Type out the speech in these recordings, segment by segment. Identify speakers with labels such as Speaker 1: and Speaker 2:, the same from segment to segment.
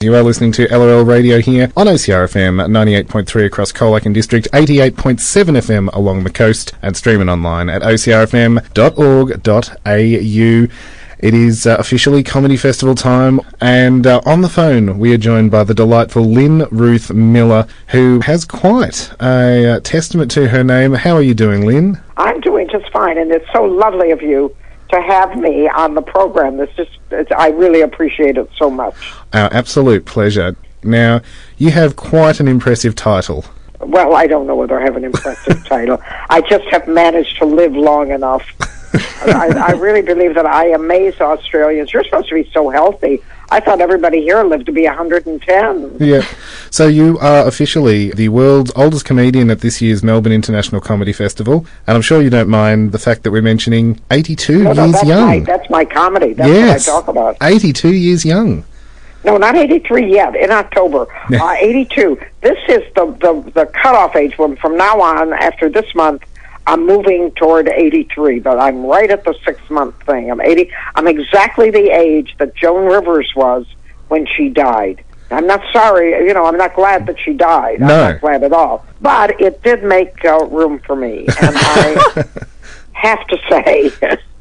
Speaker 1: You are listening to LOL Radio here on OCRFM 98.3 across Colac District, 88.7 FM along the coast, and streaming online at ocrfm.org.au. It is uh, officially Comedy Festival time, and uh, on the phone we are joined by the delightful Lynn Ruth Miller, who has quite a uh, testament to her name. How are you doing, Lynn?
Speaker 2: I'm doing just fine, and it's so lovely of you to have me on the program. It's just, it's, I really appreciate it so much.
Speaker 1: Our Uh, absolute pleasure. Now, you have quite an impressive title.
Speaker 2: Well, I don't know whether I have an impressive title. I just have managed to live long enough. I, I really believe that I amaze Australians. You're supposed to be so healthy. I thought everybody here lived to be 110.
Speaker 1: Yeah. So you are officially the world's oldest comedian at this year's Melbourne International Comedy Festival, and I'm sure you don't mind the fact that we're mentioning 82
Speaker 2: No, no,
Speaker 1: years
Speaker 2: that's
Speaker 1: young.
Speaker 2: my that's my comedy. That's
Speaker 1: yes.
Speaker 2: what I talk about.
Speaker 1: 82 years young.
Speaker 2: No, not 83 yet. In October,
Speaker 1: Yeah.
Speaker 2: uh, 82. This is the, the the cutoff age. From from now on, after this month, I'm moving toward 83. But I'm right at the six month thing. I'm 80. I'm exactly the age that Joan Rivers was when she died. I'm not sorry. You know, I'm not glad that she died.
Speaker 1: No.
Speaker 2: I'm not glad at all. But it did make uh, room for me, and I have to say.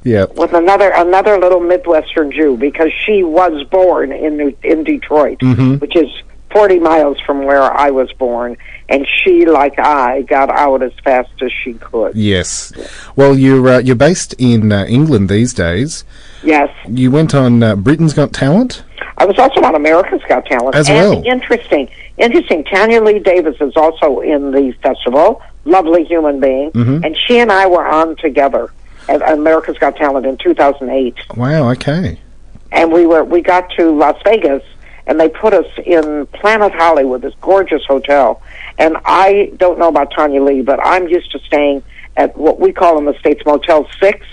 Speaker 1: Yeah.
Speaker 2: with another another little Midwestern Jew because she was born in New, in Detroit,
Speaker 1: Mm-hmm.
Speaker 2: which is 40 miles from where I was born, and she, like I, got out as fast as she could.
Speaker 1: Yes. Well, you're uh, you're based in uh, England these days.
Speaker 2: Yes,
Speaker 1: You went on uh, Britain's Got Talent.
Speaker 2: I was also on America's Got Talent.
Speaker 1: As
Speaker 2: and
Speaker 1: well.
Speaker 2: Interesting, interesting. Tanya Lee Davis is also in the festival. Lovely human being,
Speaker 1: Mm-hmm.
Speaker 2: and she and I were on together at America's Got Talent in 2008.
Speaker 1: Wow. Okay.
Speaker 2: and we were we got to Las Vegas and they put us in Planet Hollywood, this gorgeous hotel. And I don't know about Tanya Lee, but I'm used to staying at what we call in the States Motel 6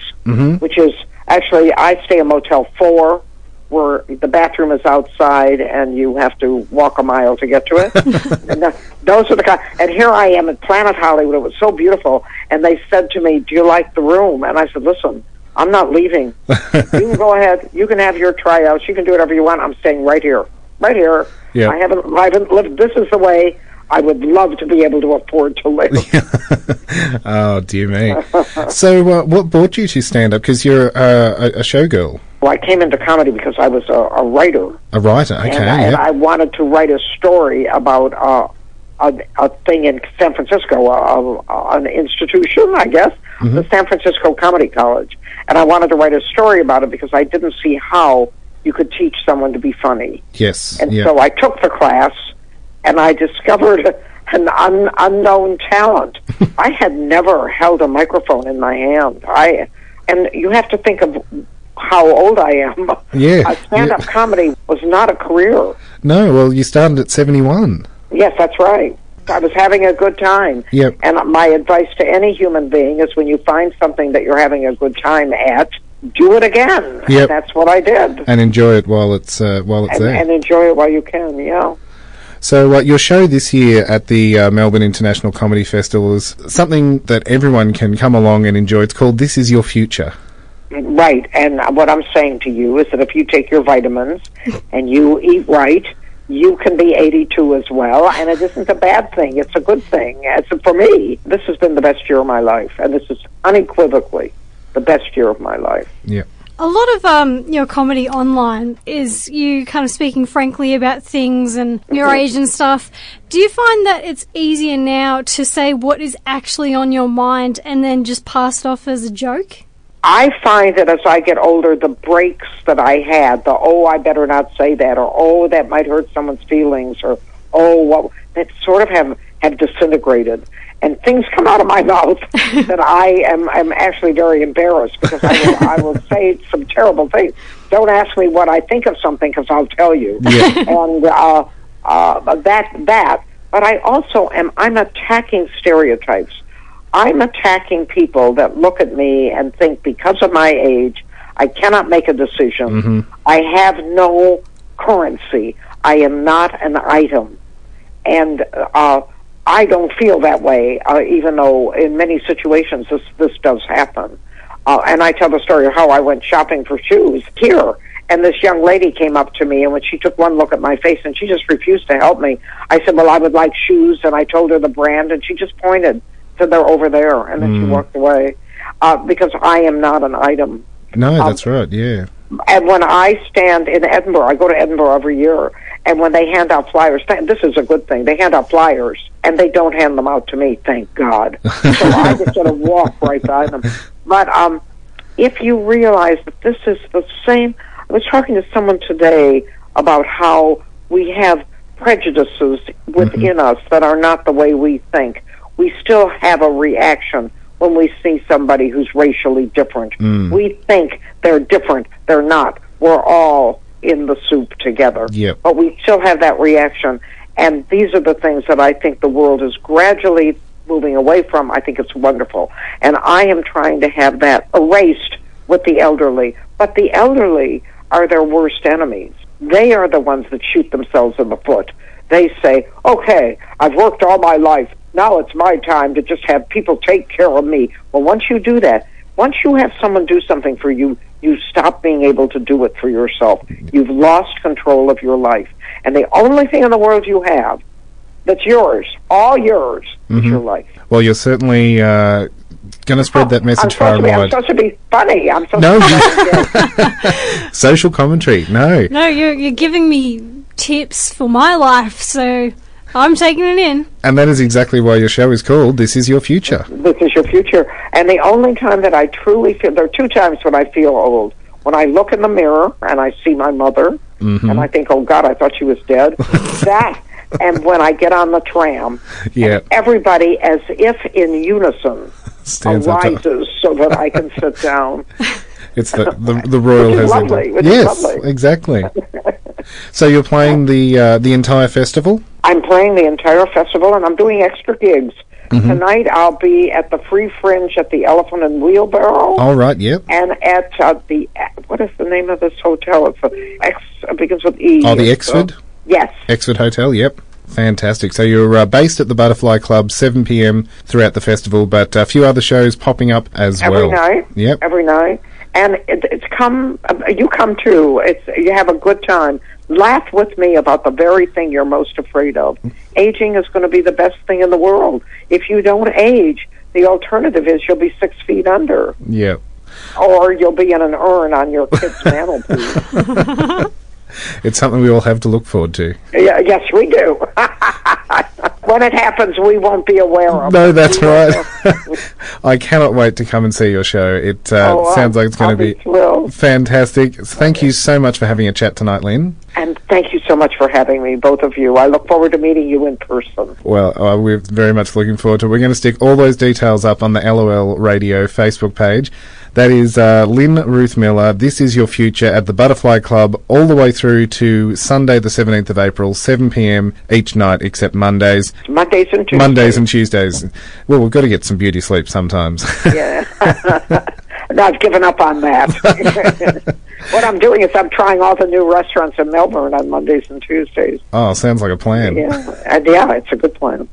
Speaker 2: which is actually I stay in Motel Four where the bathroom is outside and you have to walk a mile to get to it. and th- those are the kind. And here I am at Planet Hollywood. It was so beautiful. And they said to me, "Do you like the room?" And I said, "Listen, I'm not leaving. you can go ahead. You can have your tryouts. You can do whatever you want. I'm staying right here, right here.
Speaker 1: Yeah.
Speaker 2: I haven't. I haven't lived. This is the way." I would love to be able to afford to live.
Speaker 1: Oh dear me. so, uh, what brought you to stand up? Because you're uh, a, a showgirl,
Speaker 2: Well, I came into comedy because I was a, a writer.
Speaker 1: a writer. Okay.
Speaker 2: and, I, and
Speaker 1: yeah.
Speaker 2: I wanted to write a story about uh, a, a thing in San Francisco, a, a, an institution, I guess,
Speaker 1: Mm-hmm.
Speaker 2: the San Francisco Comedy College, and I wanted to write a story about it because I didn't see how you could teach someone to be funny,
Speaker 1: yes.
Speaker 2: and
Speaker 1: yeah.
Speaker 2: so I took the class, and I discovered an un, unknown talent. I had never held a microphone in my hand. I, and you have to think of how old I am.
Speaker 1: Yeah,
Speaker 2: Uh, stand-up
Speaker 1: yeah.
Speaker 2: comedy was not a career.
Speaker 1: no. Well, you started at 71.
Speaker 2: Yes, that's right. I was having a good time.
Speaker 1: Yep.
Speaker 2: And my advice to any human being is when you find something that you're having a good time at, do it again.
Speaker 1: Yep.
Speaker 2: And that's what I did.
Speaker 1: And enjoy it while it's uh, while it's
Speaker 2: And,
Speaker 1: there.
Speaker 2: and enjoy it while you can, yeah.
Speaker 1: So, uh, your show this year at the uh, Melbourne International Comedy Festival is something that everyone can come along and enjoy. It's called This Is Your Future.
Speaker 2: Right. And what I'm saying to you is that if you take your vitamins and you eat right, you can be 82 as well. And it isn't a bad thing. It's a good thing. As for me, this has been the best year of my life. And this is unequivocally the best year of my life.
Speaker 1: Yeah.
Speaker 3: A lot of um, your comedy online is you kind of speaking frankly about things and your age and stuff. Do you find that it's easier now to say what is actually on your mind and then just pass it off as a joke?
Speaker 2: I find that as I get older, the breaks that I had, the oh, I better not say that, or oh, that might hurt someone's feelings, or oh, what that sort of have have disintegrated, and things come out of my mouth that I am am actually very embarrassed because I will, I will say some terrible things. Don't ask me what I think of something because I'll tell you. and uh, uh, that that, but I also am I'm attacking stereotypes. I'm attacking people that look at me and think because of my age, I cannot make a decision. I have no currency. I am not an item. And uh, I don't feel that way, uh, even though in many situations this, this does happen. Uh, and I tell the story of how I went shopping for shoes here. And this young lady came up to me, and when she took one look at my face, and she just refused to help me. I said, "Well, I would like shoes," and I told her the brand, and she just pointed, said, "They're over there," and then she walked away uh, because I am not an item.
Speaker 1: No, that's right. Yeah.
Speaker 2: And when I stand in Edinburgh, I go to Edinburgh every year, and when they hand out flyers, th- this is a good thing. They hand out flyers, and they don't hand them out to me, thank God. So I just sort of walk right by them. But um, if you realize that this is the same, I was talking to someone today about how we have prejudices within us that are not the way we think. We still have a reaction when we see somebody who's racially different. We think they're different. They're not. We're all in the soup together.
Speaker 1: Yep.
Speaker 2: But we still have that reaction. And these are the things that I think the world is gradually moving away from. I think it's wonderful. And I am trying to have that erased with the elderly. But the elderly are their worst enemies. They are the ones that shoot themselves in the foot. They say, okay, I've worked all my life. Now it's my time to just have people take care of me. Well, once you do that, once you have someone do something for you, you stop being able to do it for yourself. You've lost control of your life. And the only thing in the world you have that's yours, all yours, is
Speaker 1: Mm-hmm.
Speaker 2: your life.
Speaker 1: Well, you're certainly uh, going to spread that
Speaker 2: I'm
Speaker 1: message far and
Speaker 2: supposed, to be, I'm
Speaker 1: wide.
Speaker 2: supposed to be funny. I'm supposed
Speaker 1: No,
Speaker 2: to
Speaker 1: you- Social commentary. No.
Speaker 3: No, you're, you're giving me tips for my life, so I'm taking it in.
Speaker 1: And that is exactly why your show is called This Is Your Future.
Speaker 2: this is your future. And the only time that I truly feel there are two times when I feel old. When I look in the mirror and I see my mother
Speaker 1: Mm-hmm.
Speaker 2: and I think, Oh God, I thought she was dead. that and when I get on the tram
Speaker 1: Yeah.
Speaker 2: everybody as if in unison
Speaker 1: Stands up to-
Speaker 2: arises so that I can sit down.
Speaker 1: It's the, the, the royal
Speaker 2: Which
Speaker 1: has
Speaker 2: is
Speaker 1: the-
Speaker 2: lovely, which is
Speaker 1: Yes,
Speaker 2: lovely.
Speaker 1: exactly. so you're playing the uh, the entire festival?
Speaker 2: I'm playing the entire festival and I'm doing extra gigs.
Speaker 1: Mm-hmm.
Speaker 2: Tonight I'll be at the Free Fringe at the Elephant and Wheelbarrow.
Speaker 1: All right, yep.
Speaker 2: and at uh, the what is the name of this hotel? It's a, X. It begins with E.
Speaker 1: Oh, the
Speaker 2: It's, uh,
Speaker 1: Exford?
Speaker 2: yes,
Speaker 1: Exford Hotel, yep. Fantastic. So you're uh, based at the Butterfly Club, 7 p.m. throughout the festival, but a few other shows popping up as
Speaker 2: every
Speaker 1: well.
Speaker 2: night.
Speaker 1: Yep.
Speaker 2: every night. And it, it's come. Uh, you come too. It's you have a good time. Laugh with me about the very thing you're most afraid of. Aging is going to be the best thing in the world. If you don't age, the alternative is you'll be six feet under.
Speaker 1: yep.
Speaker 2: or you'll be in an urn on your kid's mantelpiece.
Speaker 1: It's something we all have to look forward to.
Speaker 2: Yeah, yes, we do. when it happens, we won't be aware of. it.
Speaker 1: No, that's right. I cannot wait to come and see your show. It uh,
Speaker 2: Oh,
Speaker 1: sounds
Speaker 2: I'll-
Speaker 1: like it's going
Speaker 2: I'll
Speaker 1: to be,
Speaker 2: thrilled.
Speaker 1: fantastic. Thank you so much for having a chat tonight, Lynn.
Speaker 2: And thank you so much for having me, both of you. I look forward to meeting you in person.
Speaker 1: Well, uh, we're very much looking forward to. it. We're going to stick all those details up on the LOL Radio Facebook page. That is uh, Lynn Ruth Miller. This is your future at the Butterfly Club, all the way through to Sunday, the seventeenth of April, seven p.m. each night, except Mondays.
Speaker 2: Mondays and Tuesdays.
Speaker 1: Mondays and Tuesdays. Well, we've got to get some beauty sleep sometimes.
Speaker 2: Yeah. No, I've given up on that. what I'm doing is I'm trying all the new restaurants in Melbourne on Mondays and Tuesdays.
Speaker 1: oh, sounds like a plan.
Speaker 2: Yeah, and yeah, it's a good plan.